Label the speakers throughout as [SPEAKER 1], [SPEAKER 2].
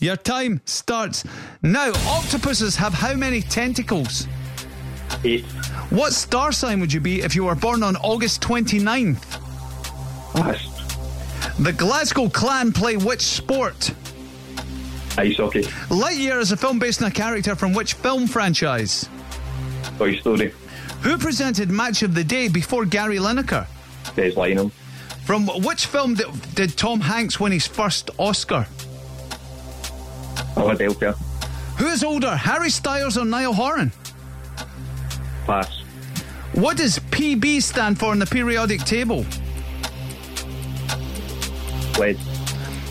[SPEAKER 1] Your time starts now. Octopuses have how many tentacles?
[SPEAKER 2] Eight.
[SPEAKER 1] What star sign would you be if you were born on August 29th?
[SPEAKER 2] Pass.
[SPEAKER 1] The Glasgow clan play which sport?
[SPEAKER 2] Ice hockey.
[SPEAKER 1] Lightyear is a film based on a character from which film franchise?
[SPEAKER 2] Toy Story.
[SPEAKER 1] Who presented Match of the Day before Gary Lineker?
[SPEAKER 2] Des Lynam.
[SPEAKER 1] From which film did, did Tom Hanks win his first Oscar?
[SPEAKER 2] Philadelphia.
[SPEAKER 1] Who is older, Harry Styles or Niall Horan?
[SPEAKER 2] Pass.
[SPEAKER 1] What does PB stand for in the periodic table?
[SPEAKER 2] Lead.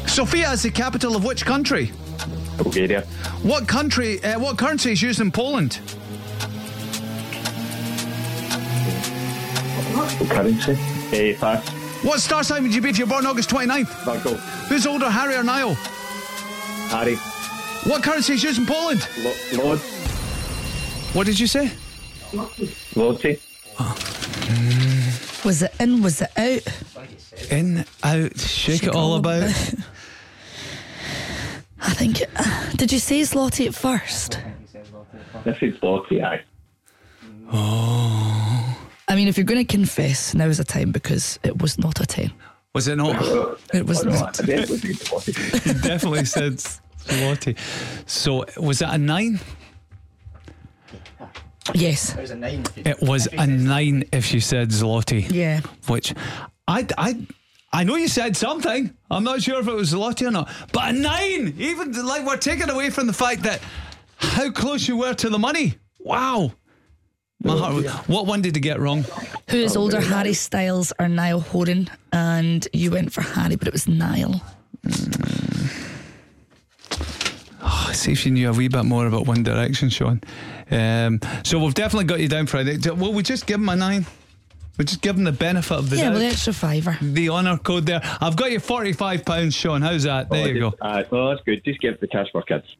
[SPEAKER 1] Sofia is the capital of which country?
[SPEAKER 2] Bulgaria.
[SPEAKER 1] What country? Uh, what currency is used in Poland?
[SPEAKER 2] Currency. Eh, pass.
[SPEAKER 1] What star sign would you be if you're born August 29th?
[SPEAKER 2] Virgo.
[SPEAKER 1] Who's older, Harry or Niall?
[SPEAKER 2] Harry.
[SPEAKER 1] What currency is used in Poland?
[SPEAKER 2] Lo- Lord.
[SPEAKER 1] What did you say?
[SPEAKER 2] Lottie.
[SPEAKER 3] Was it in? Was it out?
[SPEAKER 1] In, out, shake,
[SPEAKER 3] Shake
[SPEAKER 1] it all
[SPEAKER 3] all
[SPEAKER 1] about.
[SPEAKER 3] I think. It, did you say Zloty at first?
[SPEAKER 2] This is Lottie, aye.
[SPEAKER 3] I mean, if you're going to confess, now's the time because it was not a 10.
[SPEAKER 1] Was it not?
[SPEAKER 3] It was
[SPEAKER 2] Oh, no, I
[SPEAKER 3] not.
[SPEAKER 2] definitely said Lottie.
[SPEAKER 1] Definitely said Lottie. So was that a nine?
[SPEAKER 3] Yes.
[SPEAKER 4] There's a nine.
[SPEAKER 1] It was a nine if you said Zloty.
[SPEAKER 3] Yeah.
[SPEAKER 1] Which I I I know you said something. I'm not sure if it was Zloty or not. But a nine! Even like we're taken away from the fact that how close you were to the money. Wow. My heart was- what one did you get wrong?
[SPEAKER 3] Who is older, Harry Styles or Niall Horan? And you went for Harry, but it was Niall.
[SPEAKER 1] See if you knew a wee bit more about One Direction, Sean. Um, so we've definitely got you down Friday. Do- Will we just give him a nine? We just give him the benefit of the
[SPEAKER 3] Yeah,
[SPEAKER 1] doubt.
[SPEAKER 3] well, the extra fiver.
[SPEAKER 1] the honour
[SPEAKER 2] Oh,
[SPEAKER 1] code there. I've got you forty five pounds, Sean. How's that? There you go.
[SPEAKER 2] Aye, well, that's good. Just give the cash for kids.